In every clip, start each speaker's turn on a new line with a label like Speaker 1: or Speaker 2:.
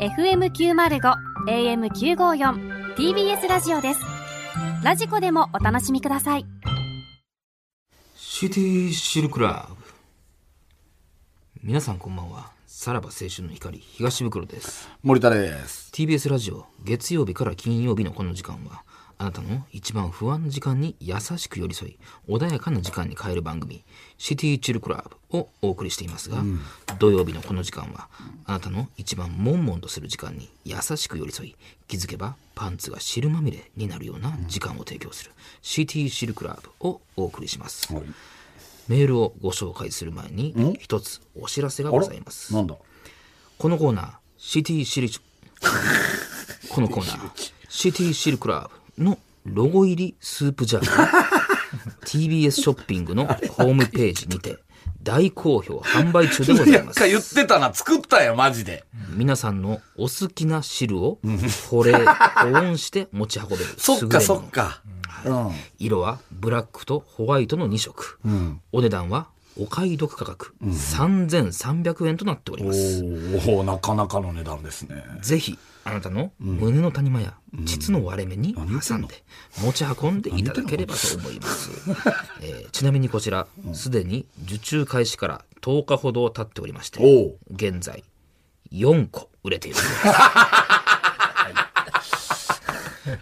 Speaker 1: FM905 AM954 TBS ラジオですラジコでもお楽しみください
Speaker 2: シティシルクラブ皆さんこんばんはさらば青春の光東袋です
Speaker 3: 森田です。
Speaker 2: TBS ラジオ月曜日から金曜日のこの時間はあなたの一番不安な時間に優しく寄り添い穏やかな時間に変える番組「シティチルクラブ」をお送りしていますが、土曜日のこの時間はあなたの一番悶々とする時間に優しく寄り添い気づけばパンツが汁まみれになるような時間を提供する「シティシルクラブ」をお送りします、
Speaker 3: はい
Speaker 2: メールをご紹介する前に一つお知らせがございます
Speaker 3: なんだ。
Speaker 2: このコーナー、シティシルチ、このコーナー、シティシルクラブのロゴ入りスープ ジャーが TBS ショッピングのホームページにて大好評販売中でございます。
Speaker 3: 言ってたな、作ったよ、マジで。
Speaker 2: 皆さんのお好きな汁を保冷、保温して持ち運べる。
Speaker 3: そっ
Speaker 2: 優れも
Speaker 3: か、
Speaker 2: の
Speaker 3: そっか。うん。
Speaker 2: 色はブラックとホワイトの2色、お値段はお買い得価格3300円となっております、
Speaker 3: おおなかなかの値段ですね。
Speaker 2: ぜひあなたの胸の谷間や膣の割れ目に挟んで持ち運んでいただければと思います、えーちなみにこちらすでに受注開始から10日ほど経っておりまして
Speaker 3: おう
Speaker 2: 現在4個売れているそうです、はい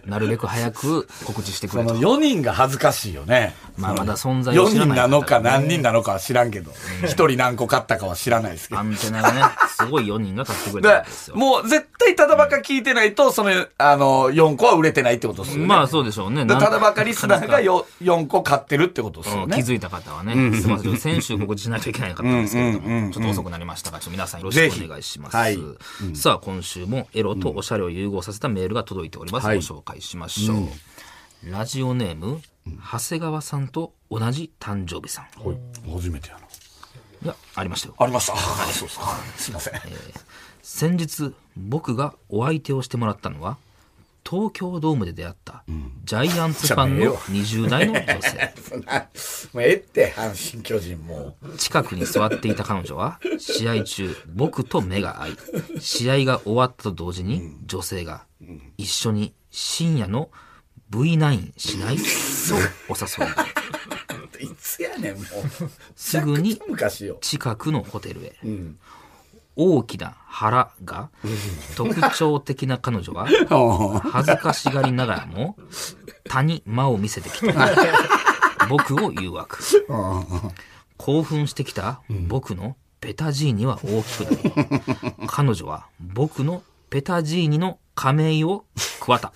Speaker 2: なるべく早く告知してく
Speaker 3: そ
Speaker 2: れ
Speaker 3: の
Speaker 2: と
Speaker 3: 4人が恥ずかしいよね。
Speaker 2: まあまだ存在を
Speaker 3: 4
Speaker 2: 知ら
Speaker 3: 人
Speaker 2: ない
Speaker 3: なのか
Speaker 2: 方がね
Speaker 3: 何人なのかは知らんけど、1人何個買ったかは知らないですけど
Speaker 2: ア。ンテナがねすごい4人が立ってくれた
Speaker 3: だ
Speaker 2: んですよ
Speaker 3: もう絶対ただばか聞いてないと、その、あの、4個は売れてないってことですよね。
Speaker 2: まあそうでしょうね
Speaker 3: だからただばか
Speaker 2: り
Speaker 3: リスナーが 4, 4個買ってるってことですよ
Speaker 2: 気
Speaker 3: ね。
Speaker 2: づいた方はね、すみません、先週告知しないといけなかったんですけれども、ちょっと遅くなりましたが、ちょっと皆さんよろしくお願いします。
Speaker 3: ぜひはい
Speaker 2: さあ、今週もエロとおしゃれを融合させたメールが届いております。
Speaker 3: はい
Speaker 2: ご紹介しましょう。ラジオネーム、長谷川さんと同じ誕生日さん。
Speaker 3: ほい初めてやな。
Speaker 2: いや、ありましたよ。
Speaker 3: ありました。あそうですか。すいません。
Speaker 2: 先日僕がお相手をしてもらったのは東京ドームで出会ったジャイアンツファンの20代の女性
Speaker 3: もうええって、阪神巨人もう。
Speaker 2: 近くに座っていた彼女は試合中僕と目が合い試合が終わったと同時に女性が一緒に深夜の V9 しないとお誘い
Speaker 3: いつやねん、もう。
Speaker 2: すぐに
Speaker 3: 昔よ。
Speaker 2: 近くのホテルへ、大きな腹が特徴的な彼女は恥ずかしがりながらも他に間を見せてきて僕を誘惑興奮してきた僕のペタジーニは大きくなり彼女は僕のペタジーニの亀井を食わった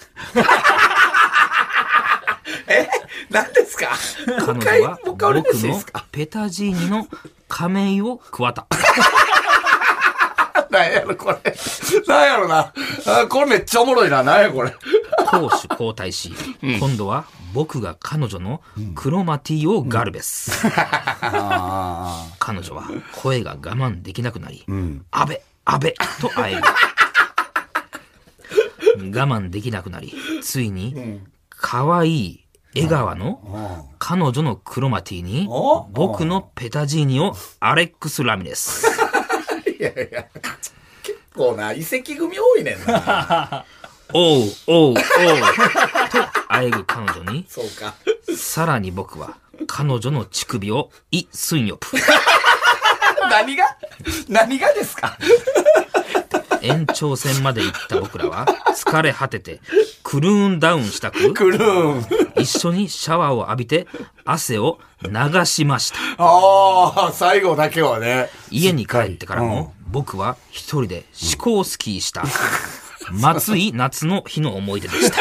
Speaker 3: 何ですか
Speaker 2: 彼女は僕のペタジーニの亀井を食わった
Speaker 3: 何やろ、これ。何やろな。あこれめっちゃおもろいな。何や、これ。
Speaker 2: 攻守交代し、今度は僕が彼女のクロマティをガルベス。彼女は声が我慢できなくなり、安倍、安倍と会 える。我慢できなくなり、ついに、可愛い江川の彼女のクロマティに
Speaker 3: お、
Speaker 2: 僕のペタジーニをアレックス・ラミレス。
Speaker 3: いやいや。結構な、遺跡組多いねんな。
Speaker 2: おう、おう、おう、と会える彼女に、
Speaker 3: そう か。
Speaker 2: さらに僕は、彼女の乳首を、イ・スンヨプ。
Speaker 3: 何が何がですか
Speaker 2: 延長戦まで行った僕らは、疲れ果てて、クルーンダウンしたく、
Speaker 3: クルーン。
Speaker 2: 一緒にシャワーを浴びて、汗を流しました。
Speaker 3: ああ、最後だけはね。
Speaker 2: 家に帰ってからも、僕は一人で思考スキーした、 松井夏の日の思い出で した。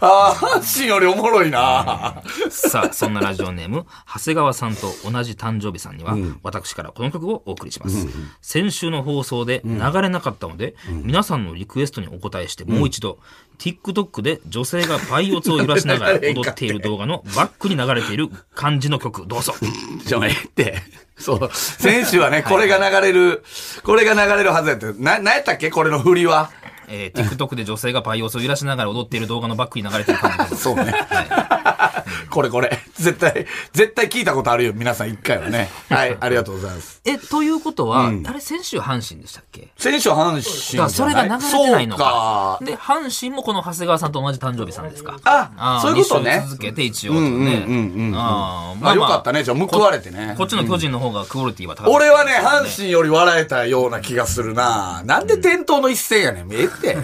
Speaker 3: ああ、阪神よりおもろいな。
Speaker 2: さあ、そんなラジオネーム、長谷川さんと同じ誕生日さんには、私からこの曲をお送りします。先週の放送で流れなかったので、皆さんのリクエストにお答えして、もう一度、TikTok で女性がパイオツを揺らし ながら踊っている動画のバックに流れている感じの曲、どうぞ。
Speaker 3: ちょ、ええって。そう。選手はね、これが流れる、これが流れるはずやって。な、何やったっけこれの振りは。
Speaker 2: えー TikTok で女性がパイオツを揺らしながら踊っている動画のバックに流れている感じの曲。
Speaker 3: そうね。
Speaker 2: はい
Speaker 3: これこれ。絶対、絶対聞いたことあるよ、皆さん一回はね。はい、ありがとうございます。
Speaker 2: え、ということは、あれ、先週阪神でしたっけ
Speaker 3: 選手は阪
Speaker 2: だ
Speaker 3: 神
Speaker 2: からそれが流れてないのか。
Speaker 3: そうか。
Speaker 2: で、阪神もこの長谷川さんと同じ誕生日さんですか。
Speaker 3: あそういうことね
Speaker 2: 二週続けて一応とね。
Speaker 3: うんうんうんうん
Speaker 2: あー
Speaker 3: まあ、よかったね。じゃあ報われてね。
Speaker 2: こっちの巨人の方がクオリティは高い。
Speaker 3: 俺はね、阪神より笑えたような気がするな。なんで点灯の一戦やねん。見 えって。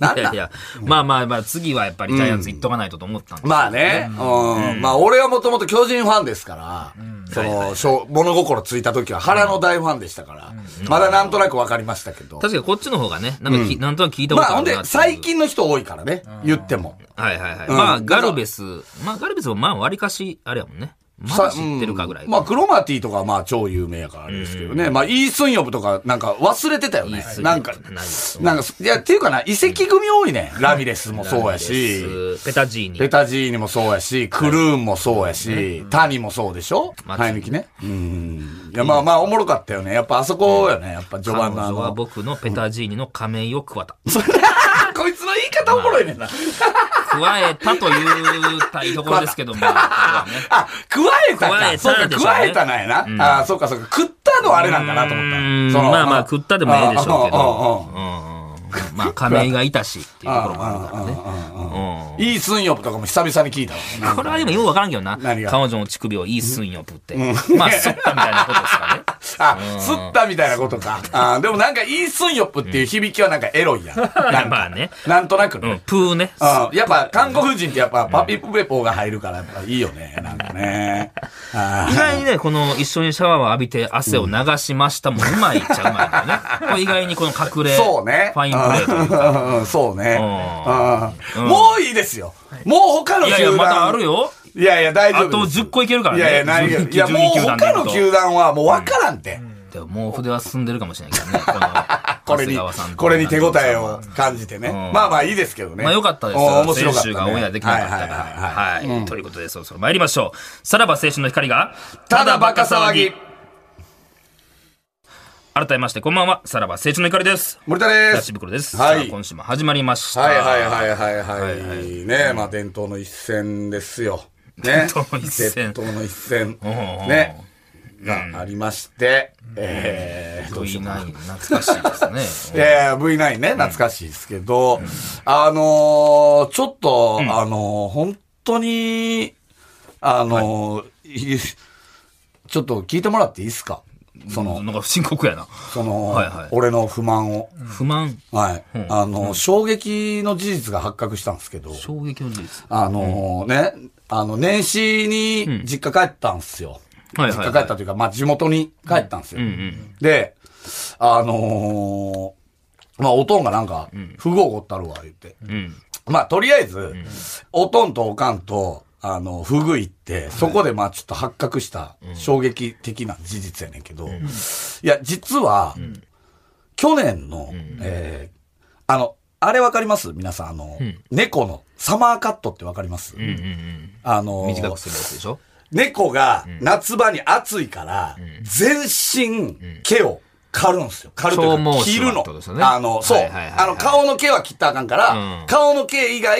Speaker 3: なん
Speaker 2: いや
Speaker 3: だ
Speaker 2: いや、まあまあまあ、次はやっぱりジャイアンツ行っとかないとと思ったんで。
Speaker 3: まあね、うん。まあ、俺はもともと巨人ファンですから、その、しょ物心ついた時は腹の大ファンでしたから、まだなんとなくわかりましたけど。
Speaker 2: 確かにこっちの方がね、なんかき、なんとなく聞いたこ
Speaker 3: まあ、
Speaker 2: とあ
Speaker 3: ほん
Speaker 2: るなっていう
Speaker 3: で、最。近の人多いからね、言っても。
Speaker 2: はいはいはい。
Speaker 3: うん
Speaker 2: まあ、ガルベス。まあ、ガルベスもまあ、割かし、あれやもんね。まだ知ってるかぐらい。
Speaker 3: さうんまあ、クロマティとかはまあ、超有名やからあれですけどね。まあ、イースンヨブとか、なんか忘れてたよね。なんか、なんか、いや、っていうかな、遺跡組多いね。ラミレスもそうやし。
Speaker 2: ペタジーニ。
Speaker 3: ペタジーニもそうやし、クルーンもそうやし、谷もそうでしょ
Speaker 2: まあ
Speaker 3: 早抜きね。うん。いや、まあまあ、おもろかったよね。やっぱあそこよね。やっぱ序
Speaker 2: 彼
Speaker 3: 盤のあ
Speaker 2: 女は
Speaker 3: の。
Speaker 2: 僕のペタジーニの亀井を食わた。
Speaker 3: こいつの言い方おもろいねんな。
Speaker 2: 食わえたというたいところですけども。ここはね
Speaker 3: あ、食わえたか。
Speaker 2: 食
Speaker 3: そう
Speaker 2: わえた
Speaker 3: か、
Speaker 2: でしょうね
Speaker 3: 食わえたなんやな。あー、そうか、そうか。食ったのはあれなんだなと思っ
Speaker 2: う
Speaker 3: た。
Speaker 2: ん
Speaker 3: その
Speaker 2: まあまあ、食ったでもええでしょうけど。
Speaker 3: あ
Speaker 2: うんまあ、亀井がいたしっていうところもあるからね。
Speaker 3: あいいスンヨプとかも久々に聞いたわ。
Speaker 2: これはでもようわからんけどな。彼
Speaker 3: 何が
Speaker 2: 女の乳首をいいすんよぶって。まあ、そったみたいなことです かね。
Speaker 3: あ、吸ったみたいなことか。あーでもなんか、いいスンヨプっていう響きはなんかエロいやん。な ん
Speaker 2: ま
Speaker 3: か
Speaker 2: あね。
Speaker 3: なんとなくね
Speaker 2: うん、プーね。
Speaker 3: あやっぱ韓国人ってやっぱパピプペポが入るからやっぱいいよね。なんかね。あ
Speaker 2: 意外にね、この一緒にシャワーを浴びて汗を流しましたもうまいっちゃうまいんだよね。これ意外にこの隠れ、
Speaker 3: そうね。
Speaker 2: ファインプレーというか。
Speaker 3: ー。そうね。
Speaker 2: うん
Speaker 3: うんもういいですよ。もう他の
Speaker 2: いやいや、
Speaker 3: 球
Speaker 2: まだあ
Speaker 3: 団
Speaker 2: る。よ。
Speaker 3: いやいや、大
Speaker 2: あ
Speaker 3: 丈夫
Speaker 2: と
Speaker 3: です。
Speaker 2: 10個いけるから
Speaker 3: い
Speaker 2: ね。
Speaker 3: やいや、何が
Speaker 2: 11
Speaker 3: いや、もう
Speaker 2: 12球団で
Speaker 3: 他
Speaker 2: 言う
Speaker 3: の
Speaker 2: と
Speaker 3: 球団はもう分からんて。
Speaker 2: でももう筆は進んでるかもしれないけどね。この
Speaker 3: これに
Speaker 2: 長谷川さん、と
Speaker 3: これに手応えを感じてね。
Speaker 2: ん
Speaker 3: まあまあいいですけどね。
Speaker 2: まあよかったです
Speaker 3: お
Speaker 2: よ。
Speaker 3: 面白かった
Speaker 2: 先
Speaker 3: ね。
Speaker 2: 週がオンエアできなかったから。
Speaker 3: はいはいはいはい
Speaker 2: はい。ということで、そろそろ参りましょう。さらば青春の光が、
Speaker 3: ただバカ騒ぎ。。
Speaker 2: 改めまして、こんばんは。さらば青春の光です。
Speaker 3: 森田で
Speaker 2: 東
Speaker 3: す。
Speaker 2: 袋です。
Speaker 3: はい
Speaker 2: さあ今週も始まりました。
Speaker 3: はいはいはいはい
Speaker 2: は
Speaker 3: はいい。
Speaker 2: はい
Speaker 3: ねまあ伝統の一戦ですよ。
Speaker 2: 伝
Speaker 3: ね。
Speaker 2: 統の一戦
Speaker 3: 伝統の一戦。
Speaker 2: おうおうおう
Speaker 3: ね。がありまして、えー、どうしようかな。
Speaker 2: V9、懐かしいです ね。
Speaker 3: えー、V9 ね、懐かしいですけど、あのーちょっと、あのー本当に、あのーいちょっと聞いてもらっていいですかその、
Speaker 2: なんか深刻やな。
Speaker 3: その、
Speaker 2: はいはい
Speaker 3: 俺の不満を。
Speaker 2: 不満、
Speaker 3: はい。
Speaker 2: ん
Speaker 3: あの、衝撃の事実が発覚したんですけど。
Speaker 2: 衝撃の事実。
Speaker 3: あのね、あの、年始に実家帰ったんすよ。
Speaker 2: はいはいはい
Speaker 3: 実家帰ったというか、まあ、地元に帰ったんすよ。
Speaker 2: うんうん。
Speaker 3: で、あのーまあ、おとんがなんか、不合おごったるわ、言って。
Speaker 2: うん。
Speaker 3: まあ、とりあえず、おとんとおかんと、あの、不具行って、そこでまあ、ちょっと発覚した衝撃的な事実やねんけど、いや、実は、去年の、えーあの、あれわかります皆さん、あの、猫のサマーカットってわかります、
Speaker 2: うんうん
Speaker 3: あの
Speaker 2: うん。短く
Speaker 3: ー、
Speaker 2: するやつでしょ
Speaker 3: 猫が夏場に暑いから、全身毛を刈るんですよ。刈るという
Speaker 2: 長
Speaker 3: か、
Speaker 2: 毛
Speaker 3: 切
Speaker 2: 種
Speaker 3: る
Speaker 2: は
Speaker 3: の
Speaker 2: ってことですよ。ね
Speaker 3: あの、そう。
Speaker 2: はいはいはいはい
Speaker 3: あの、顔の毛は切ったらあかんから、
Speaker 2: うん
Speaker 3: 顔の毛以外、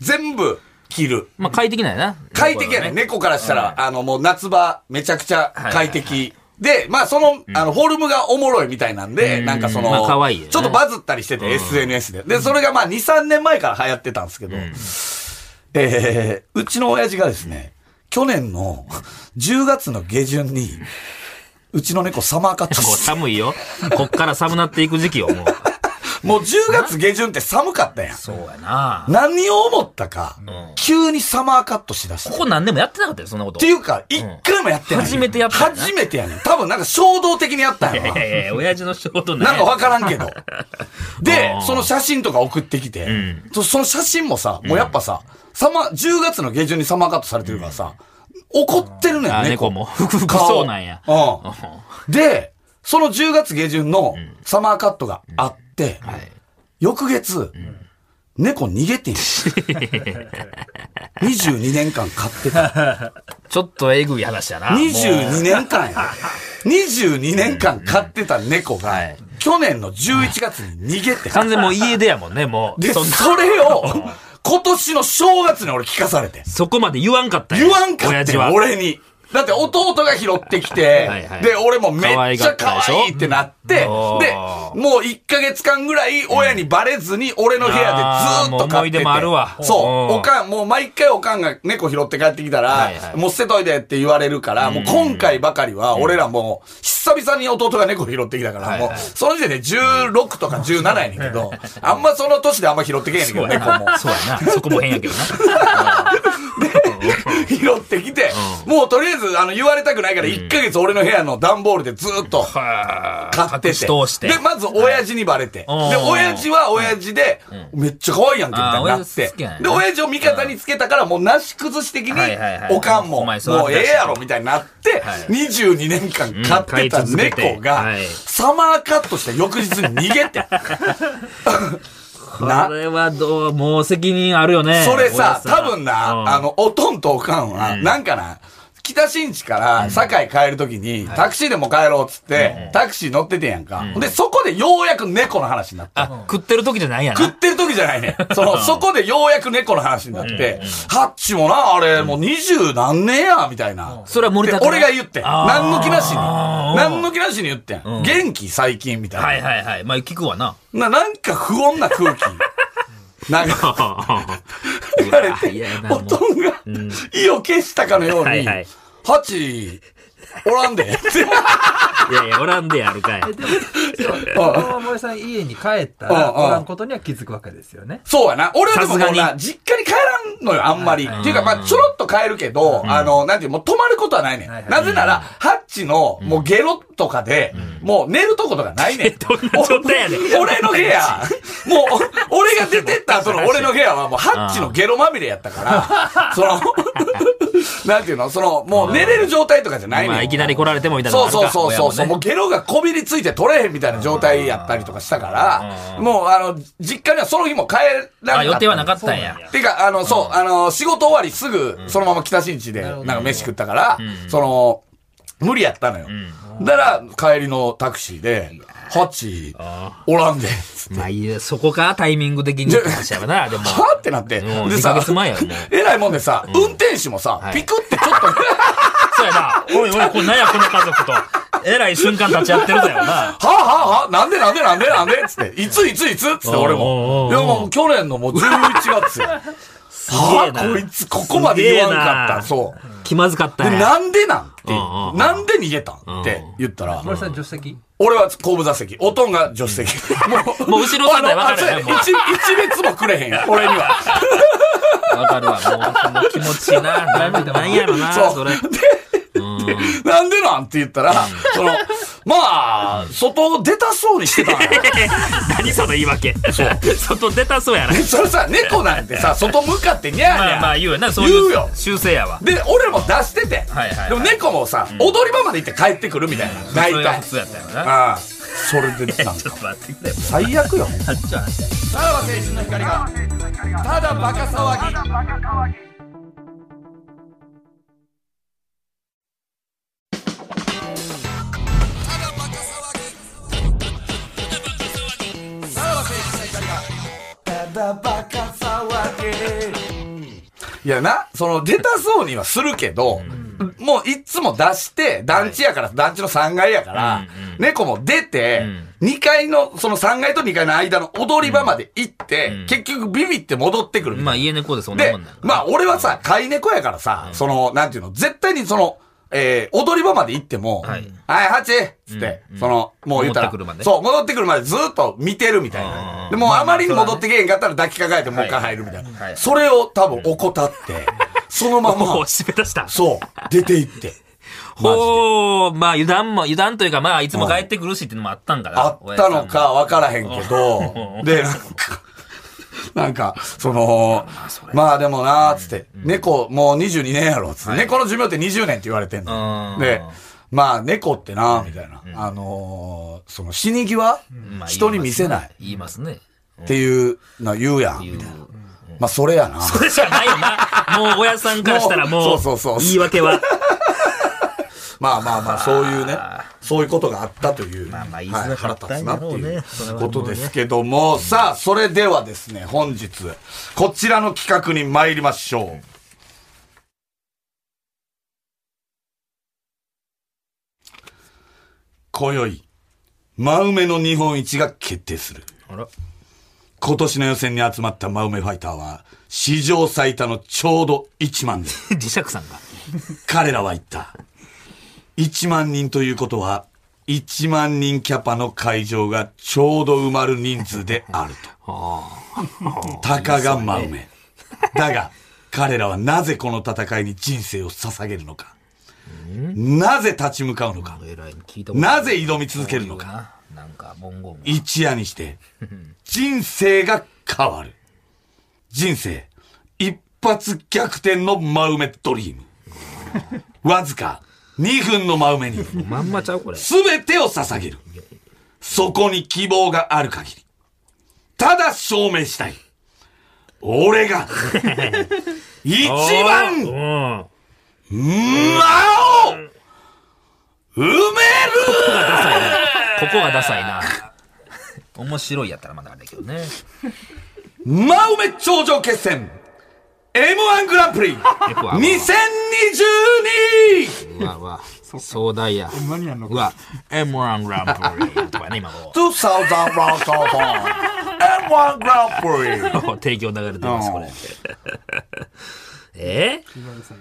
Speaker 3: 全部切る。
Speaker 2: まあ快適なんやな。
Speaker 3: 快適やね。猫からしたら、あの、もう夏場、めちゃくちゃ快適。で、まあ、その、あの、フォルムがおもろいみたいなんで、
Speaker 2: うん
Speaker 3: なんかその、
Speaker 2: まあ可愛いよね
Speaker 3: ちょっとバズったりしてて、SNS で。で、それがまあ、2、3年前から流行ってたんですけど、えーうちの親父がですね、去年の10月の下旬に、うちの猫サマーカット
Speaker 2: もう
Speaker 3: し
Speaker 2: 寒いよ。こっから寒なっていく時期よ、もう。
Speaker 3: もう10月下旬って寒かったやん。
Speaker 2: そうやな。
Speaker 3: 何を思ったか、
Speaker 2: ん
Speaker 3: 急にサマーカットしだした
Speaker 2: こ。こ何年もやってなかったよ、そんなこと。
Speaker 3: っていうか、一回もやってない。
Speaker 2: 初めてやったよな
Speaker 3: 初めてやねん。多分なんか衝動的にやったん や
Speaker 2: い
Speaker 3: な。
Speaker 2: やいやいや、親父の仕事ね
Speaker 3: なんかわからんけ ど。で
Speaker 2: あー、
Speaker 3: その写真とか送ってきて、
Speaker 2: ん
Speaker 3: そその写真もさ、もうやっぱさ、サマ、10月の下旬にサマーカットされてるからさ、怒ってるのよ、
Speaker 2: あ
Speaker 3: 猫
Speaker 2: 猫も。ふくふくそうなんや。
Speaker 3: 顔うん。で、その10月下旬のサマーカットがあって、
Speaker 2: はい。
Speaker 3: 翌月、猫逃げてんよ 22年間飼ってた。
Speaker 2: ちょっとえぐい話やな。もう
Speaker 3: 22年間 や。22年間飼ってた猫が
Speaker 2: はい、
Speaker 3: 去年の11月に逃げて。
Speaker 2: 完全もう家出やもんね、もう。
Speaker 3: で、
Speaker 2: そんな
Speaker 3: それを、今年の正月に俺聞かされて。
Speaker 2: そこまで言わんかったよ
Speaker 3: 言わんか
Speaker 2: 親
Speaker 3: っ
Speaker 2: 父
Speaker 3: て
Speaker 2: は。
Speaker 3: 俺に。だって弟が拾ってきて
Speaker 2: はいはい
Speaker 3: で、俺もめっちゃ可愛いってなって、
Speaker 2: 可愛
Speaker 3: で、
Speaker 2: かったでしょ
Speaker 3: もう1ヶ月間ぐらい親にバレずに俺の部屋でずーっと飼っ
Speaker 2: あー
Speaker 3: てて。
Speaker 2: もう思い出もあるわ
Speaker 3: そうう。
Speaker 2: ん
Speaker 3: おかん、もう毎回おかんが猫拾って帰ってきたら、
Speaker 2: はいはい
Speaker 3: もう捨てといてって言われるから、もう今回ばかりは俺らもう久々に弟が猫拾ってきたから、
Speaker 2: はい
Speaker 3: も
Speaker 2: はいう
Speaker 3: その時点で16とか17やねんけど、あんまその年であんま拾ってけえねんけ
Speaker 2: そ
Speaker 3: ど、
Speaker 2: うや
Speaker 3: 猫も
Speaker 2: な。。そうやな。そこも変やけど な。
Speaker 3: 拾ってきて、もうとりあえずあの言われたくないから1ヶ月俺の部屋の段ボールでずっと
Speaker 2: は
Speaker 3: 買ってて。
Speaker 2: 隠し通して。
Speaker 3: で、まず親父にバレて。
Speaker 2: はい
Speaker 3: で、
Speaker 2: おー
Speaker 3: 親父は親父で、めっちゃ可愛いやんけみたいに
Speaker 2: あー
Speaker 3: な
Speaker 2: 親
Speaker 3: っ
Speaker 2: 父
Speaker 3: て
Speaker 2: 好きなんや。な
Speaker 3: で、親父を味方につけたからもうなし崩し的に
Speaker 2: はいはいはい、
Speaker 3: おかんも、
Speaker 2: お
Speaker 3: もう
Speaker 2: 前そうだったし
Speaker 3: ええやろみたいになって
Speaker 2: はい、
Speaker 3: 22年間飼ってた
Speaker 2: うん飼い続けて
Speaker 3: 猫が
Speaker 2: はい、
Speaker 3: サマーカットした翌日に逃げ て。
Speaker 2: これはどう、もう責任あるよね。
Speaker 3: それさ、
Speaker 2: 親
Speaker 3: 多分な、
Speaker 2: うん
Speaker 3: あの、おとんとおかんは、なんかな、北新地から堺帰るときに、タクシーでも帰ろうっつって、タクシー乗っててんやんか。で、そこでようやく猫の話になった。
Speaker 2: あ、食ってる時じゃないや
Speaker 3: 食っ
Speaker 2: な。
Speaker 3: てる時じゃないね。 その、そこでようやく猫の話になって、ハッチもな、あれ、もう二十何年や、みたいな。
Speaker 2: それは森
Speaker 3: で
Speaker 2: 田君。
Speaker 3: 俺が言ってん。
Speaker 2: あー
Speaker 3: 何の気なしに。
Speaker 2: あー
Speaker 3: 何の気なしに言ってん。元気最近、みたいな。
Speaker 2: はいはいはい。まあ聞くわな。
Speaker 3: な、なんか不穏な空 気。なんか、言われ
Speaker 2: い
Speaker 3: て
Speaker 2: や、な
Speaker 3: おとんが意を消したかのよう
Speaker 2: は
Speaker 3: に
Speaker 2: いはい、
Speaker 3: ハチ、おらん で。って
Speaker 2: いやいや、おらんでやるかい。
Speaker 3: うん
Speaker 4: 大森さん家に帰った
Speaker 3: う
Speaker 4: ら、
Speaker 3: んうん
Speaker 4: おらんことには気づくわけですよね。
Speaker 3: そうやな。俺はでももう
Speaker 2: さす
Speaker 3: な、実家に帰らんのよ、あんまり。っていうか、まあ、ちょろっと帰るけど、あの、なんていう、もう泊まることはないねん。
Speaker 4: はいはい
Speaker 3: なぜなら、ハッチの、もうゲロとかで、もう寝るとことかないね ん。
Speaker 2: どんな状態やねん
Speaker 3: お 俺の部屋、もう、俺が出てった 後の俺の部屋は、もう、ハッチのゲロまみれやったから、 その、なんていうの、その、もう寝れる状態とかじゃない
Speaker 2: まあ
Speaker 3: ね
Speaker 2: い
Speaker 3: ん
Speaker 2: き。なり来られてもみたいなの
Speaker 3: そ
Speaker 2: も
Speaker 3: う
Speaker 2: ある
Speaker 3: そう
Speaker 2: か
Speaker 3: そうそうそ
Speaker 2: 親
Speaker 3: う、
Speaker 2: も
Speaker 3: もう
Speaker 2: ね
Speaker 3: ゲロがこびりついて取れへんみたいな状態やったりとかしたから、もうあの、実家にはその日も帰らなかった。
Speaker 2: あ、予定はなかったんや。
Speaker 3: てか、あの、そう、あの、仕事終わりすぐ、そのまま北新地で、なんか飯食ったから、その、無理やったのよ。だから、帰りのタクシーで、ハチ、おらんで、つって
Speaker 2: まあいいや、そこか、タイミング的にって話やわな、でも。
Speaker 3: はぁってなって。
Speaker 2: もう
Speaker 3: で
Speaker 2: 2ヶ
Speaker 3: さ
Speaker 2: 月前やもう、
Speaker 3: えらいもんでさ、運転手もさ、
Speaker 2: はい
Speaker 3: ピクってちょっと、
Speaker 2: そうやな。おいおい、これ何や、この家族と。えらい瞬間立ち会ってるだよな。
Speaker 3: はあ、はあはあ、なんでなんでなんでなんでつって、いついついつつって俺も
Speaker 2: お。
Speaker 3: い
Speaker 2: ーおーおー
Speaker 3: やもう去年のもう11月よ。
Speaker 2: げえ
Speaker 3: は
Speaker 2: な
Speaker 3: あ、こいつここまで言わんかった。
Speaker 2: すげえ
Speaker 3: そ
Speaker 2: 気まずかっ
Speaker 3: う。
Speaker 2: た
Speaker 3: で、
Speaker 2: んや。
Speaker 3: なんでなんっ
Speaker 2: う
Speaker 3: て、
Speaker 2: んうん
Speaker 3: なんで逃げたんって言ったら、
Speaker 4: 森さん助手席
Speaker 3: 俺は後部座席、おとんが助手席。も
Speaker 2: もう後ろ
Speaker 3: あ
Speaker 2: 姿で
Speaker 3: の、
Speaker 2: 分
Speaker 3: あ
Speaker 2: か
Speaker 3: そ
Speaker 2: る
Speaker 3: う
Speaker 2: よ
Speaker 3: やね
Speaker 2: ね。もう
Speaker 3: 一、一列もくれへんよ、俺には。
Speaker 2: わかるわ。もう、もう気持ちいい な。なんなんやろな、
Speaker 3: そう
Speaker 2: それ。
Speaker 3: なんでなんって言ったら、その、まあ、外を出たそうにしてたのよ。
Speaker 2: 何その言い訳。 外出たそうやな。
Speaker 3: それさ、猫なんてさ、外向かってニャーニャー。
Speaker 2: まあまあ言うよな、そうい
Speaker 3: 言う
Speaker 2: う
Speaker 3: よ
Speaker 2: 修正やわ。
Speaker 3: で、俺も出してて。
Speaker 2: はいはいはい
Speaker 3: でも猫もさ、踊り場まで行って帰ってくるみたいな。大
Speaker 2: それが
Speaker 3: 体
Speaker 2: 普。通やったよな。
Speaker 3: ああ。それでなん
Speaker 2: ちょ
Speaker 3: か
Speaker 2: っと待ってくれ。
Speaker 3: 最悪よ。さらば青春の光が、ただバカ騒ぎ。いやな、その出たそうにはするけど、もういつも出して、団地やから、団地の3階やから、
Speaker 2: うんうん
Speaker 3: 猫も出て、2階の、その3階と2階の間の踊り場まで行って、
Speaker 2: ん
Speaker 3: 結局ビビって戻ってくる。
Speaker 2: まあ家猫でそんな
Speaker 3: で
Speaker 2: もんな、の。
Speaker 3: まあ俺はさ、飼い猫やからさ、その、なんていうの、絶対にその、えー、踊り場まで行っても、は
Speaker 2: はいい、
Speaker 3: ハチつって、その、もう言ったら
Speaker 2: 戻ってくるま、で
Speaker 3: そう、戻ってくるまでずっと見てるみたい
Speaker 2: うん
Speaker 3: な。
Speaker 2: うん
Speaker 3: で、もう
Speaker 2: まあ
Speaker 3: あまりに
Speaker 2: まあ
Speaker 3: 戻ってけえへんかったら抱きかかえてもう一回入るみたい
Speaker 2: は
Speaker 3: な。
Speaker 2: い
Speaker 3: それを多分怠って、そのま
Speaker 2: もう
Speaker 3: ま、
Speaker 2: 締め出した。
Speaker 3: そう、出て行って。マ ジで
Speaker 2: ほう、まあ油断も、油断というかまあいつも帰ってくるしっていうのもあったんかな。
Speaker 3: あったのかわからへんけど、で、なんか、なんか、その、まあでもな、つって、猫、もう22年やろ、つって、猫の寿命って20年って言われてんの。
Speaker 2: うん
Speaker 3: で、まあ猫ってな、みたいな。あのー、その死に際
Speaker 2: まあ
Speaker 3: 人に見せない
Speaker 2: 言いますね。
Speaker 3: っていうの言うやん、
Speaker 2: 言い
Speaker 3: み
Speaker 2: ます
Speaker 3: た
Speaker 2: ね
Speaker 3: いな。まあそれやな。
Speaker 2: これじゃないよな。もう、親さんからしたらもう、
Speaker 3: そうそうそう
Speaker 2: 言い訳は。
Speaker 3: まあまあまあ、そういうね、そういうことがあったという、
Speaker 2: まあまあ
Speaker 3: はい
Speaker 2: 言いづらか
Speaker 3: 腹
Speaker 2: った
Speaker 3: 立つ
Speaker 2: ん
Speaker 3: な
Speaker 2: だ
Speaker 3: って
Speaker 2: ろうね
Speaker 3: いう
Speaker 2: それはもう
Speaker 3: こ
Speaker 2: ね
Speaker 3: とですけども、さあ、それではですね、本日、こちらの企画に参りましょう。今宵、真梅の日本一が決定する。
Speaker 2: あら。
Speaker 3: 今年の予選に集まった真梅ファイターは、史上最多のちょうど1万人。
Speaker 2: 磁石さんが。
Speaker 3: 彼らは言った。1万人ということは、1万人キャパの会場がちょうど埋まる人数であると。たかが真梅。だが、彼らはなぜこの戦いに人生を捧げるのか。なぜ立ち向かうのか。
Speaker 2: えらい聞いたことあ
Speaker 3: なぜ挑み続けるのか。
Speaker 2: な。なんか文言が。
Speaker 3: 一夜 にして、人生が変わる。人生、一発逆転の真梅ドリー ム。わずか2分の真梅に、
Speaker 2: まんまちゃうこれ。
Speaker 3: 全てを捧げる。そこに希望がある限り。ただ証明したい。俺が、一番
Speaker 2: うん。
Speaker 3: 馬を埋める
Speaker 2: ここがダサいな。面白いやったらまだあれだけどね。
Speaker 3: 真梅頂上決戦 M1 グランプリ
Speaker 2: うわ
Speaker 3: 2022!
Speaker 2: うわうわ。壮大や。
Speaker 5: ほんまにやんの
Speaker 2: うわ、M1 グランプリとかね、今も
Speaker 3: 2001M1 グランプリ
Speaker 2: う。 提供流れてます、これ。 え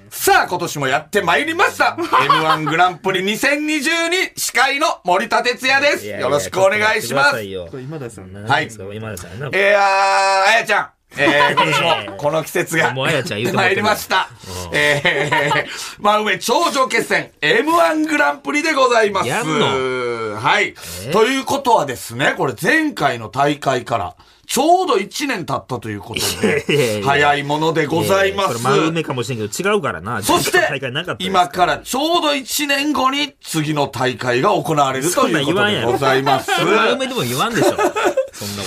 Speaker 3: さあ、今年もやってまいりました !M1 グランプリ2022司会の森田哲也です
Speaker 2: いやいや
Speaker 3: よろしくお願いしま
Speaker 2: ちょっと
Speaker 3: す
Speaker 5: これ
Speaker 2: 待ってくださいよ
Speaker 3: い
Speaker 5: 今田さんね。
Speaker 3: はい
Speaker 2: そう今田さんやな。
Speaker 3: やー、あやちゃん えー、今年もこの季節が
Speaker 2: もうあやちゃん言うてもら
Speaker 3: ま
Speaker 2: って
Speaker 3: い
Speaker 2: る
Speaker 3: りました。えー、 真上頂上決戦 M1 グランプリでございます。
Speaker 2: やんの
Speaker 3: はい。ということはですね、これ前回の大会から、ちょうど1年経ったということ
Speaker 2: いやいやい
Speaker 3: で、
Speaker 2: や
Speaker 3: 早いものでございま
Speaker 2: えーこれ
Speaker 3: す。
Speaker 2: 真梅かもしれんけど、違うからな。
Speaker 3: そして
Speaker 2: 前回の大会なかっ、たです
Speaker 3: 今からちょうど1年後に次の大会が行われると
Speaker 2: そんな
Speaker 3: い
Speaker 2: ん
Speaker 3: う
Speaker 2: 言
Speaker 3: こと
Speaker 2: わんや
Speaker 3: で
Speaker 2: ろ
Speaker 3: ござ います。
Speaker 2: 真梅でも言わんでしょ。そんなこと。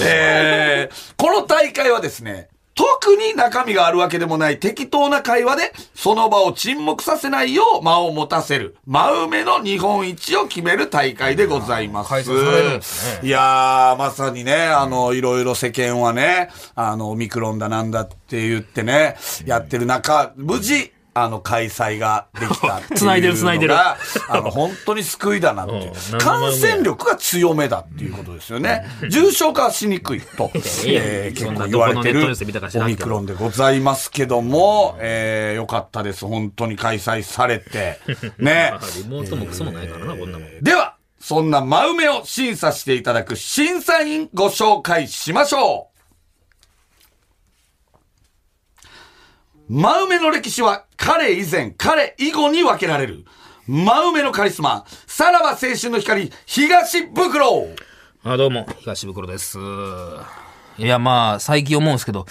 Speaker 3: えーこの大会はですね、特に中身があるわけでもない適当な会話で、その場を沈黙させないよう間を持たせる、真梅の日本一を決める大会でございます。
Speaker 2: 催されるんです
Speaker 3: いやー、まさにね、あの、いろいろ世間はね、あの、オミクロンだなんだって言ってね、やってる中、無事、あの、開催ができたっていうのが。
Speaker 2: 繋いでる繋いでる
Speaker 3: あ の、本当に救いだなっていう
Speaker 2: うん。
Speaker 3: 感染力が強めだっていうことですよね。重症化はしにくいと、
Speaker 2: いやいや
Speaker 3: えー
Speaker 2: そん
Speaker 3: 結
Speaker 2: な
Speaker 3: 構言われて
Speaker 2: どこのネットニュ
Speaker 3: る
Speaker 2: ースで見たか知らん
Speaker 3: オ
Speaker 2: け
Speaker 3: ミ
Speaker 2: ど
Speaker 3: クロンでございますけども、えーよかったです。本当に開催され て。ね。
Speaker 2: リモートもクソもないからな、こんなもん。
Speaker 3: では、そんな真梅を審査していただく審査員ご紹介しましょう。真梅の歴史は彼以前、彼以後に分けられる。真梅のカリスマ、さらば青春の光、東袋。
Speaker 2: あ、どうも、東袋です。いや、まあ、最近思うんですけど、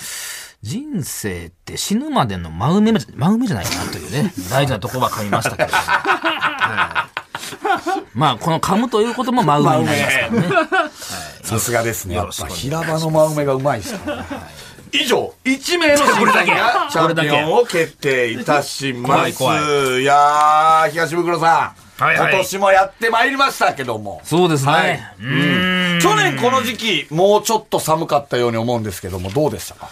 Speaker 2: 人生って死ぬまでの真梅じゃ、真梅じゃないかなというね、 大事なとこは噛みましたけど、 はいまあ、この噛むということも真梅になりますからね。
Speaker 3: さすがですね。やっ
Speaker 2: よ
Speaker 3: ぱ
Speaker 2: ろしく
Speaker 3: 平場の真梅がうまいですからね。以上、1名の審査員がチャンピオンを決定いたしま
Speaker 2: 怖い
Speaker 3: す。
Speaker 2: 怖
Speaker 3: いやー、東袋さん、
Speaker 2: はいはい
Speaker 3: 今年もやってまいりましたけども。
Speaker 2: そうですね。
Speaker 3: はい
Speaker 2: うん。
Speaker 3: 去年この時期、もうちょっと寒かったように思うんですけども、どうでしたか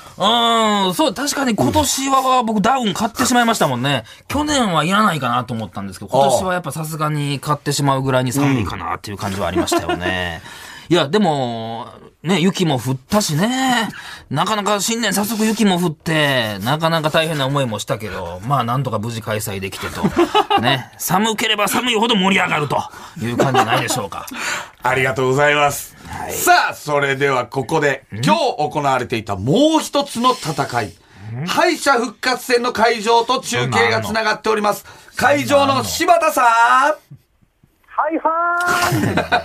Speaker 2: うん、そう、確かに今年は僕ダウン買ってしまいましたもんね。去年はいらないかなと思ったんですけど、今年はやっぱさすがに買ってしまうぐらいに寒いかなっていう感じはありましたよ ね。いや、でも、ね、雪も降ったしね。なかなか新年早速雪も降って、なかなか大変な思いもしたけど、まあなんとか無事開催できて と。ね、寒ければ寒いほど盛り上がるという感じじゃないでしょう か。
Speaker 3: ありがとうございます。さあ、それではここで、今日行われていたもう一つの戦い。敗者復活戦の会場と中継がつながっております。会場の柴田さん
Speaker 6: はいは ーい。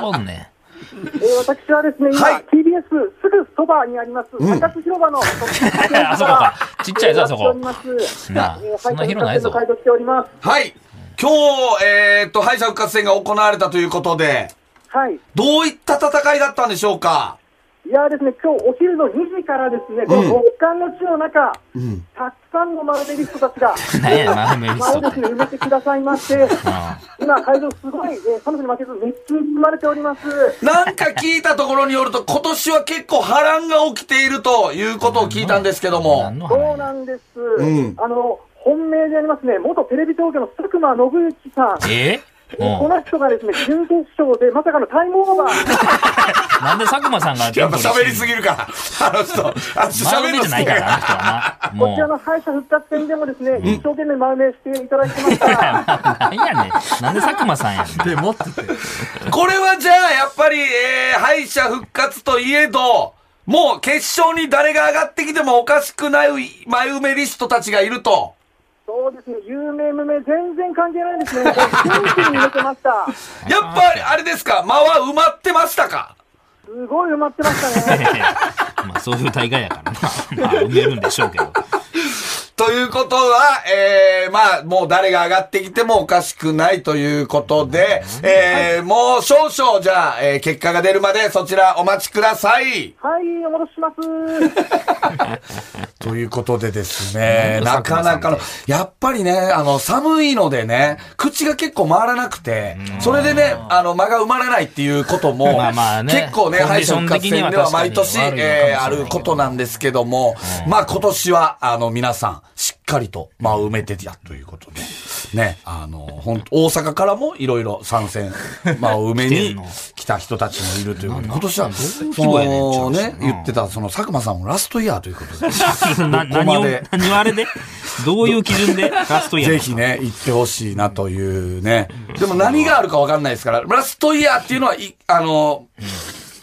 Speaker 2: 怒んね。
Speaker 6: えー、私はですね、今、
Speaker 3: はい
Speaker 6: TBS すぐそばにあります、中津広 場の特設会場
Speaker 2: あそこかちっちゃいぞあそこ
Speaker 6: えーやっております
Speaker 2: なあ
Speaker 6: えー
Speaker 2: そんな広ないぞ
Speaker 6: 配達の会場来ております。
Speaker 3: はい。今日、えーっと、敗者復活戦が行われたということで、
Speaker 6: はい。
Speaker 3: どういった戦いだったんでしょうか
Speaker 6: いやーですね、今日お昼の2時からですね、この極寒の地の中、たくさんのマルベリストたちが、
Speaker 2: 何やマルベリス
Speaker 6: 間
Speaker 2: ト
Speaker 6: をで
Speaker 2: っ
Speaker 6: す
Speaker 2: て
Speaker 6: ね、埋めてくださいまして、
Speaker 2: あ
Speaker 6: 今、会場すごい、えー寒さに負けず熱気に包まれております。
Speaker 3: なんか聞いたところによると、今年は結構波乱が起きているということを聞いたんですけど
Speaker 2: 何の
Speaker 3: も。
Speaker 6: そう
Speaker 2: 話
Speaker 6: なんです。
Speaker 5: ん
Speaker 6: あの、本命でありますね、元テレビ東京の佐久間信之さん。
Speaker 2: え
Speaker 6: こ
Speaker 2: うん
Speaker 6: の人がですね、準決勝でまさかのタイム オーバー。
Speaker 2: なんで佐久間さんが
Speaker 3: やっぱ喋りす
Speaker 2: ぎ
Speaker 3: ぎるから、あの人、あの人
Speaker 2: 前
Speaker 3: 喋
Speaker 2: 目
Speaker 3: る
Speaker 2: じゃ
Speaker 3: の
Speaker 2: ない
Speaker 3: 好き
Speaker 2: か
Speaker 3: やから
Speaker 2: あの人はな
Speaker 6: こちら
Speaker 2: もう
Speaker 6: の敗者復活戦でもですね、一生懸命丸めしていただきました。
Speaker 2: 何やねんなんで佐久間さんやねん
Speaker 4: でもってて。
Speaker 3: ら。これはじゃあ、やっぱり、えー敗者復活といえど、もう決勝に誰が上がってきてもおかしくない前埋めリストたちがいると。
Speaker 6: そうですね、有名無名全然関係ないですね。もう元気に入れてました。
Speaker 3: やっぱり、あれですか、間は埋まってましたか
Speaker 6: すごい埋まってました ね。
Speaker 2: まあそういう大会やからなまあ埋めるんでしょうけど
Speaker 3: ということは、えー、まあ、もう誰が上がってきてもおかしくないということで、えー、もう少々、じゃあ、えー、結果が出るまでそちらお待ちください。
Speaker 6: はい、お戻しします。
Speaker 3: ということでですね、な
Speaker 2: なんだ
Speaker 3: かなかの
Speaker 2: 佐久間さんっ、
Speaker 3: やっぱりね、あの、寒いのでね、口が結構回らなくて、それでね、あの、間が埋まらないっていうこと も、
Speaker 2: まあまあね
Speaker 3: 結構ね、
Speaker 2: コンデ
Speaker 3: 敗
Speaker 2: ィシ
Speaker 3: 者
Speaker 2: ョ
Speaker 3: 復
Speaker 2: ン
Speaker 3: 活
Speaker 2: 的に
Speaker 3: 戦
Speaker 2: は
Speaker 3: では毎
Speaker 2: 確
Speaker 3: 年、
Speaker 2: かに悪いのかもしれない
Speaker 3: えー、あることなんですけども、まあ今年は、あの、皆さん、しっかりと、まあ埋めてや、ということで、ね、あの、本当大阪からもいろいろ 参戦、まあ埋
Speaker 2: 来
Speaker 3: め
Speaker 2: てん
Speaker 3: に
Speaker 2: の
Speaker 3: 来た人たちもいるということで、今年は、そ
Speaker 2: どういう規模やねん
Speaker 3: の
Speaker 2: ちょっ
Speaker 3: ね
Speaker 2: と、
Speaker 3: 言ってた、その佐久間さんもラストイヤーということで、
Speaker 2: な
Speaker 3: こ
Speaker 2: 何
Speaker 3: ま
Speaker 2: を
Speaker 3: で
Speaker 2: 何をあれでどういう基準でラストイヤー
Speaker 3: ぜひね、行ってほしいなというね。でも何があるかわかんないですから、ラストイヤーっていうのは、いあの、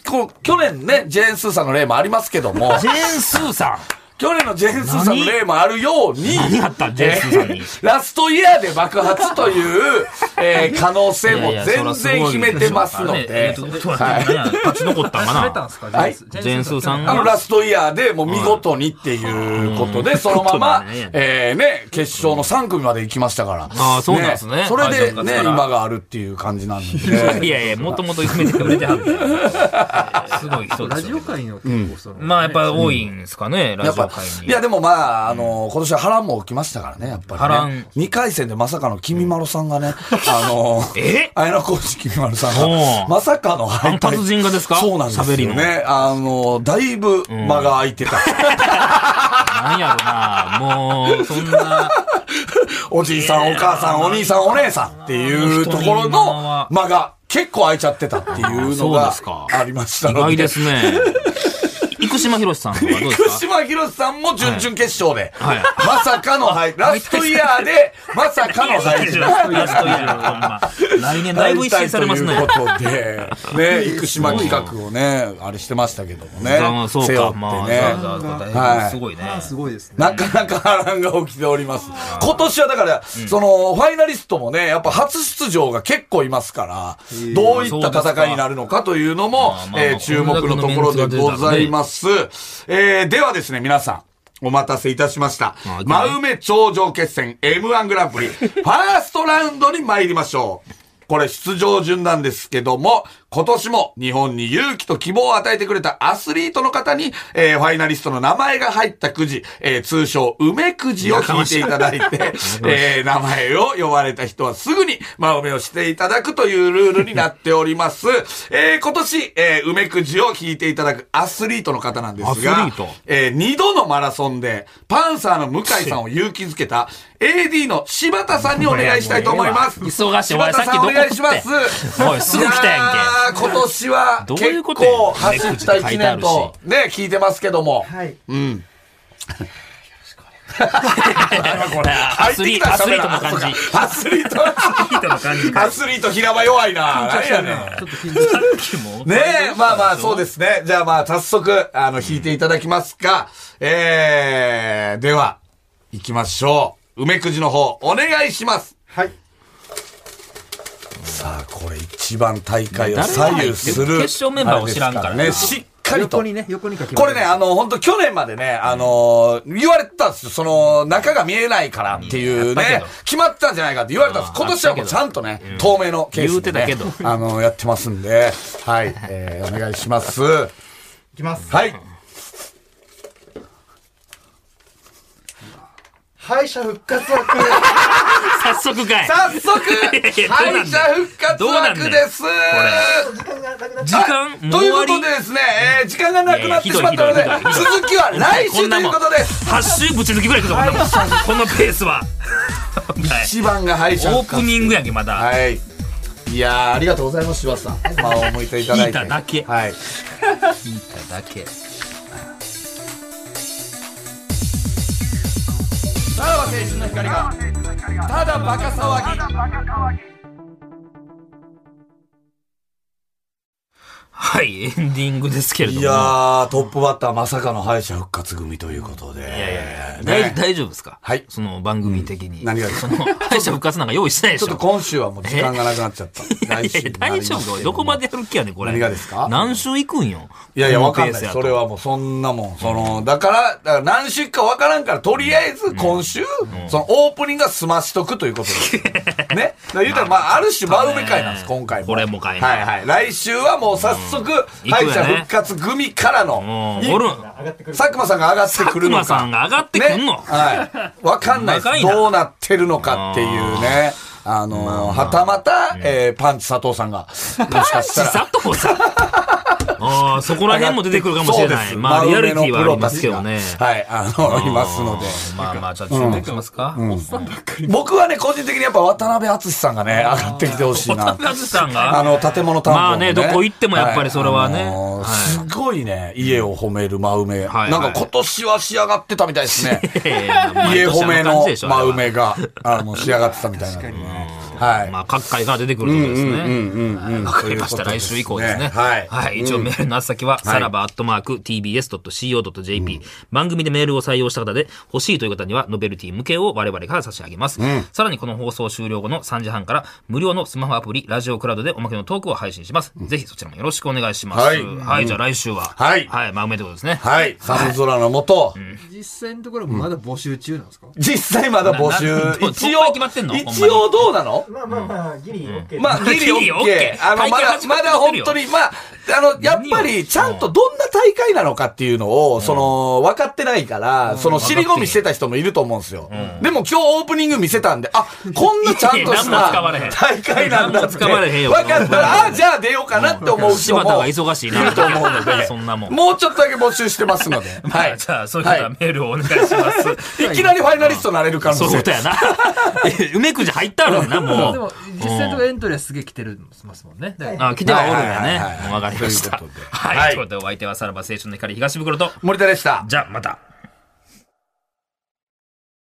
Speaker 3: こう去年ね、ジェーン・スーさんの例もありますけども、
Speaker 2: ジェーン・スーさ
Speaker 3: 去年のジェーン・スーさんの例もあるように、
Speaker 2: ん何あったジェーン・スーさんに
Speaker 3: ラストイヤーで爆発という、えー可能性も全然秘めてますので、はい
Speaker 2: 勝ち残ったんか
Speaker 4: 滑
Speaker 2: な
Speaker 4: ったんですか
Speaker 3: はい
Speaker 2: ジェーンスーさん
Speaker 3: あの
Speaker 2: が
Speaker 3: ラストイヤーでもう見事にっていうことで、そのまま
Speaker 2: うん、
Speaker 3: えーね、決勝の3組まで行きましたから。
Speaker 2: あーそうなんですね
Speaker 3: それで
Speaker 2: 会場の
Speaker 3: ね、
Speaker 2: 方から
Speaker 3: 今があるっていう感じなん で。
Speaker 2: いやいや、もともと含めてくれてはるから。すごい人で
Speaker 4: ラ
Speaker 2: す
Speaker 4: ジ
Speaker 2: よ
Speaker 4: オ。界の結構その、
Speaker 2: まあやっぱ多いんですかね、ラ
Speaker 3: やっ
Speaker 2: ジオ
Speaker 3: ぱ
Speaker 2: 界、に。
Speaker 3: いやでもまあ、あの、今年は波乱も起きましたからね、やっぱり、ね。
Speaker 2: 波乱
Speaker 3: 2回戦でまさかの君丸さんがね、あの、
Speaker 2: え
Speaker 3: 綾小路君丸さん
Speaker 2: お
Speaker 3: が、
Speaker 2: う
Speaker 3: まさかの
Speaker 2: あ
Speaker 3: 敗
Speaker 2: の達人がですか
Speaker 3: そうなんですよ
Speaker 2: 喋りの
Speaker 3: ね。あの、だいぶ間が空いてた。
Speaker 2: なんやろな、もう、そんな、
Speaker 3: おじいさん、お母さん、お兄さん、お姉さんっていうところの間が結構空いちゃってたっていうの
Speaker 2: そう
Speaker 3: が
Speaker 2: ですか
Speaker 3: ありました
Speaker 2: 意
Speaker 3: の
Speaker 2: 外
Speaker 3: で。
Speaker 2: ですね。 生島博さんはどうです
Speaker 3: 福
Speaker 2: か
Speaker 3: 島博さんも準々決勝で、
Speaker 2: はいはい
Speaker 3: まさかの敗、ラストイヤーで、まさかの敗
Speaker 2: ラストイヤー、ほんま来年だいぶ一新されますね。
Speaker 3: 敗退と いうことで、ね、生島企画をね、あれしてましたけどもね
Speaker 2: まあ、そう
Speaker 3: 背負
Speaker 2: か、
Speaker 3: って
Speaker 2: まあ、
Speaker 3: ね。
Speaker 2: ざわざわだいぶすごいね。
Speaker 4: すごいですね。
Speaker 3: なかなか波乱が起きております。今年はだから、その、ファイナリストもね、やっぱ初出場が結構いますから、どういった戦いになるのかというのも
Speaker 2: まあ、まあ
Speaker 3: えー注目のところでございます。えーではですね、皆さん。お待たせいたしました
Speaker 2: あ。いけない
Speaker 3: 真梅頂上決戦 M1 グランプリ、 ファーストラウンドに参りましょう。これ出場順なんですけども、今年も日本に勇気と希望を与えてくれたアスリートの方に、えーファイナリストの名前が入ったくじ、えー通称梅くじを引いていただ いて、えー名前を呼ばれた人はすぐに真梅をしていただくというルールになっております。えー今年、えー梅くじを引いていただくアスリートの方なんですが、
Speaker 2: アスリート
Speaker 3: えー二度のマラソンで、パンサーの向井さんを勇気づけた、AD の柴田さんにお願いしたいと思います。
Speaker 2: もうええわ忙しいお
Speaker 3: 柴
Speaker 2: 前
Speaker 3: 田
Speaker 2: さっ
Speaker 3: さ
Speaker 2: き
Speaker 3: ん
Speaker 2: ど
Speaker 3: お
Speaker 2: こ
Speaker 3: 願いします
Speaker 2: って。おいすぐ来たやんけ
Speaker 3: いー今年は、
Speaker 2: どういう
Speaker 3: 結
Speaker 2: ことや
Speaker 3: 構走った記念と
Speaker 2: ネ、
Speaker 3: ね、聞いてますけども。
Speaker 4: はい。
Speaker 3: うん。
Speaker 2: アスリート、アスリートの感じ。
Speaker 3: アスリート、アスリート平場弱いな。何やねん。
Speaker 4: ちょっと緊張する。
Speaker 3: ねえ、まあまあ、そうですね。じゃあまあ、早速、あの、弾いていただきますか。えー、では、行きましょう。梅くじの方、お願いします。
Speaker 5: はい。
Speaker 3: さあ、これ一番大会を
Speaker 2: 誰が入ってる
Speaker 3: 左右する。
Speaker 2: 決勝メンバーを知らんからな
Speaker 3: あれですね、しっかりと
Speaker 4: 横。にね、横にかけ
Speaker 3: これね、あの、本当去年までね、あのー言われてたんですよ。その、中が見えないからっていう
Speaker 2: やったけ
Speaker 3: ね
Speaker 2: ど、
Speaker 3: 決まってたんじゃないかって言われたんです。
Speaker 2: あー
Speaker 3: 今年はもうちゃんとね、透明のケースで、ね、
Speaker 2: 言うてた
Speaker 3: あのーやってますんで、はい、えー、お願いします。
Speaker 5: いきます。
Speaker 3: はい。
Speaker 5: 敗者復活枠。
Speaker 2: 早速 かい
Speaker 3: 早速、敗者復活
Speaker 2: どうなんだ
Speaker 3: 枠
Speaker 2: よ
Speaker 3: です。
Speaker 5: 時間がなくなっ
Speaker 2: 時間もう
Speaker 3: とい
Speaker 2: 終
Speaker 3: う
Speaker 2: わ
Speaker 3: こ
Speaker 2: り
Speaker 3: とでですね、えー時間がなくなって
Speaker 2: いや
Speaker 3: し
Speaker 2: い
Speaker 3: ま
Speaker 2: や
Speaker 3: っ
Speaker 2: ひ
Speaker 3: た
Speaker 2: どい
Speaker 3: ので、
Speaker 2: ひどいひどい
Speaker 3: 続きは来週ということです。
Speaker 2: 8週ぶち抜きぐらいいくぞこんなもんこのペースははい
Speaker 3: 一番が敗者
Speaker 2: オ
Speaker 3: 復
Speaker 2: ー
Speaker 3: 活
Speaker 2: プ。ニングやんけまだ
Speaker 3: はい。いやーありがとうございます、柴田さ ん。まあ、思いていただいて。
Speaker 2: 聞いただけ
Speaker 3: はい。
Speaker 2: 聞いただけ
Speaker 3: さらば青春の光が、ただバカ騒ぎ。
Speaker 2: はいエンディングですけれども
Speaker 3: いやー、トップバッターまさかの敗者復活組ということで。いやいや
Speaker 2: 大大丈夫ですか
Speaker 3: はい
Speaker 2: その番組的に。
Speaker 3: 何がです
Speaker 2: そ
Speaker 3: か
Speaker 2: の、敗者復活なんか用意してないでし
Speaker 3: ち
Speaker 2: ょ。
Speaker 3: ょっと今週はもう時間がなくなっちゃっ た。
Speaker 2: いやい
Speaker 3: 来週
Speaker 2: や
Speaker 3: にな
Speaker 2: 大
Speaker 3: りますけ
Speaker 2: 丈夫
Speaker 3: も
Speaker 2: かどこまでやる気やねん、これ。
Speaker 3: 何がですか
Speaker 2: 何週行くんよ。
Speaker 3: いやいや、わか
Speaker 2: こ
Speaker 3: ん
Speaker 2: の
Speaker 3: な
Speaker 2: ペー
Speaker 3: い。
Speaker 2: スやと
Speaker 3: それはもうそんなもん。その、だから、だから何週かわからんから、とりあえず今週、そのオープニングは済ましとくということです。ね。だから言う たら、まあ、ある種番組会なんです、
Speaker 2: まあね
Speaker 3: 今回も。
Speaker 2: これもかいな
Speaker 3: はいはい。来週はもう早速、
Speaker 2: うん
Speaker 3: 敗
Speaker 2: 行く
Speaker 3: 者
Speaker 2: よね
Speaker 3: 復活組からの
Speaker 2: も、う、おるん。
Speaker 5: た。上がってくる。
Speaker 3: 佐久間さんが上がってく
Speaker 2: 佐久
Speaker 3: るの
Speaker 2: 間
Speaker 3: か。
Speaker 2: さんが上がってくん
Speaker 3: ね
Speaker 2: の。
Speaker 3: はい。わかんないです
Speaker 2: 細かいな
Speaker 3: どうなってるのかっていうね。あのーはたまた、えーパンチ佐藤さん が、もしかしたら。
Speaker 2: 佐藤さん。ああ、そこら辺も出てくるかもしれな
Speaker 3: そ
Speaker 2: い。
Speaker 3: うです
Speaker 2: まあ、リアリティはありますけど
Speaker 3: 真上
Speaker 2: ね
Speaker 3: の。プロたちがはい、あの、いますので。
Speaker 2: まあまあ、じゃあ、準備しますか。渡
Speaker 3: 僕はね、個人的にやっぱ渡辺敦さんがね、上がってきてほしいな。
Speaker 2: 辺淳さん
Speaker 3: あ
Speaker 2: が
Speaker 3: の、建物担当の、
Speaker 2: まあねどこ行ってもやっぱりそれはね
Speaker 3: いあ
Speaker 2: は
Speaker 3: のー
Speaker 2: い
Speaker 3: すごいね、家を褒める真梅。
Speaker 2: はい
Speaker 3: なんか今年は仕上がってたみたいですね。
Speaker 2: いやいやまあ
Speaker 3: 家褒
Speaker 2: 毎年あ
Speaker 3: め
Speaker 2: んな感
Speaker 3: の
Speaker 2: じでしょ
Speaker 3: 真。
Speaker 2: あれは
Speaker 3: 梅が、あの、仕上がってたみたいな。はい。
Speaker 2: まあ、各界が出てくるということですね。
Speaker 3: うんうんうん。
Speaker 2: わかりました。来週以降ですね。
Speaker 3: はい。
Speaker 2: はい。一応メールの宛先は、さらばアットマーク tbs.co.jp。番組でメールを採用した方で、欲しいという方には、ノベルティ向けを我々から差し上げます。さらにこの放送終了後の3時半から、無料のスマホアプリ、ラジオクラウドでおまけのトークを配信します。ぜひそちらもよろしくお願いします。
Speaker 3: はい
Speaker 2: はい。じゃあ来週は。
Speaker 3: はい
Speaker 2: はい。真梅ということですね。
Speaker 3: はい。寒空のもと、
Speaker 4: 実際のところまだ募集中なんですか
Speaker 3: 実際まだ募集
Speaker 2: なな。ど
Speaker 3: 一
Speaker 2: どっか
Speaker 3: 応
Speaker 2: 決まってんの、
Speaker 3: 一応どうなの
Speaker 5: まあまあまあ、ギリ OK。
Speaker 3: まあ、ギリオ
Speaker 2: ギリオ
Speaker 3: ッ
Speaker 2: ッ
Speaker 3: ケ
Speaker 2: ケ
Speaker 3: ー。
Speaker 2: ー
Speaker 3: あの、
Speaker 2: 大
Speaker 3: ま
Speaker 2: 会
Speaker 3: だ、
Speaker 2: 始ま
Speaker 3: ま
Speaker 2: ってる
Speaker 3: だ
Speaker 2: よ
Speaker 3: 本当に、まあ、あの、やっぱり、ちゃんとどんな大会なのかっていうのを、その、分かってないから、その、尻込みしてた人もいると思うんですよ。でも今日オープニング見せたんで、あ、こんなちゃんと
Speaker 2: い
Speaker 3: し
Speaker 2: や何も使われへ
Speaker 3: た
Speaker 2: ん
Speaker 3: 大会なんだ
Speaker 2: 何も
Speaker 3: って。
Speaker 2: 使われへんよ
Speaker 3: 分かるから、あ、じゃあ出ようかなって思う人
Speaker 2: 柴
Speaker 3: も
Speaker 2: 田が忙しいな。
Speaker 3: ると思うので
Speaker 2: そんなもん。
Speaker 3: もうちょっとだけ募集してますので。は
Speaker 2: はい。
Speaker 3: い。
Speaker 2: じゃあ、そういう方はメールをお願いします。
Speaker 3: いきなりファイナリストになれる可 能
Speaker 2: そういう
Speaker 3: 性
Speaker 2: こと。や な。梅くじ入ったのにな、
Speaker 4: で
Speaker 2: も
Speaker 4: も
Speaker 2: う。
Speaker 4: 実際のところエントリーはすげえ来てるんますもんねだから
Speaker 2: あ、来てはおるんや
Speaker 3: はい
Speaker 2: ね
Speaker 3: はいはいは。い
Speaker 2: わかりました
Speaker 3: ということで。
Speaker 2: はい。ということで、お相手はさらば青春の光東袋と。
Speaker 3: 森田でした。
Speaker 2: じゃあ、また。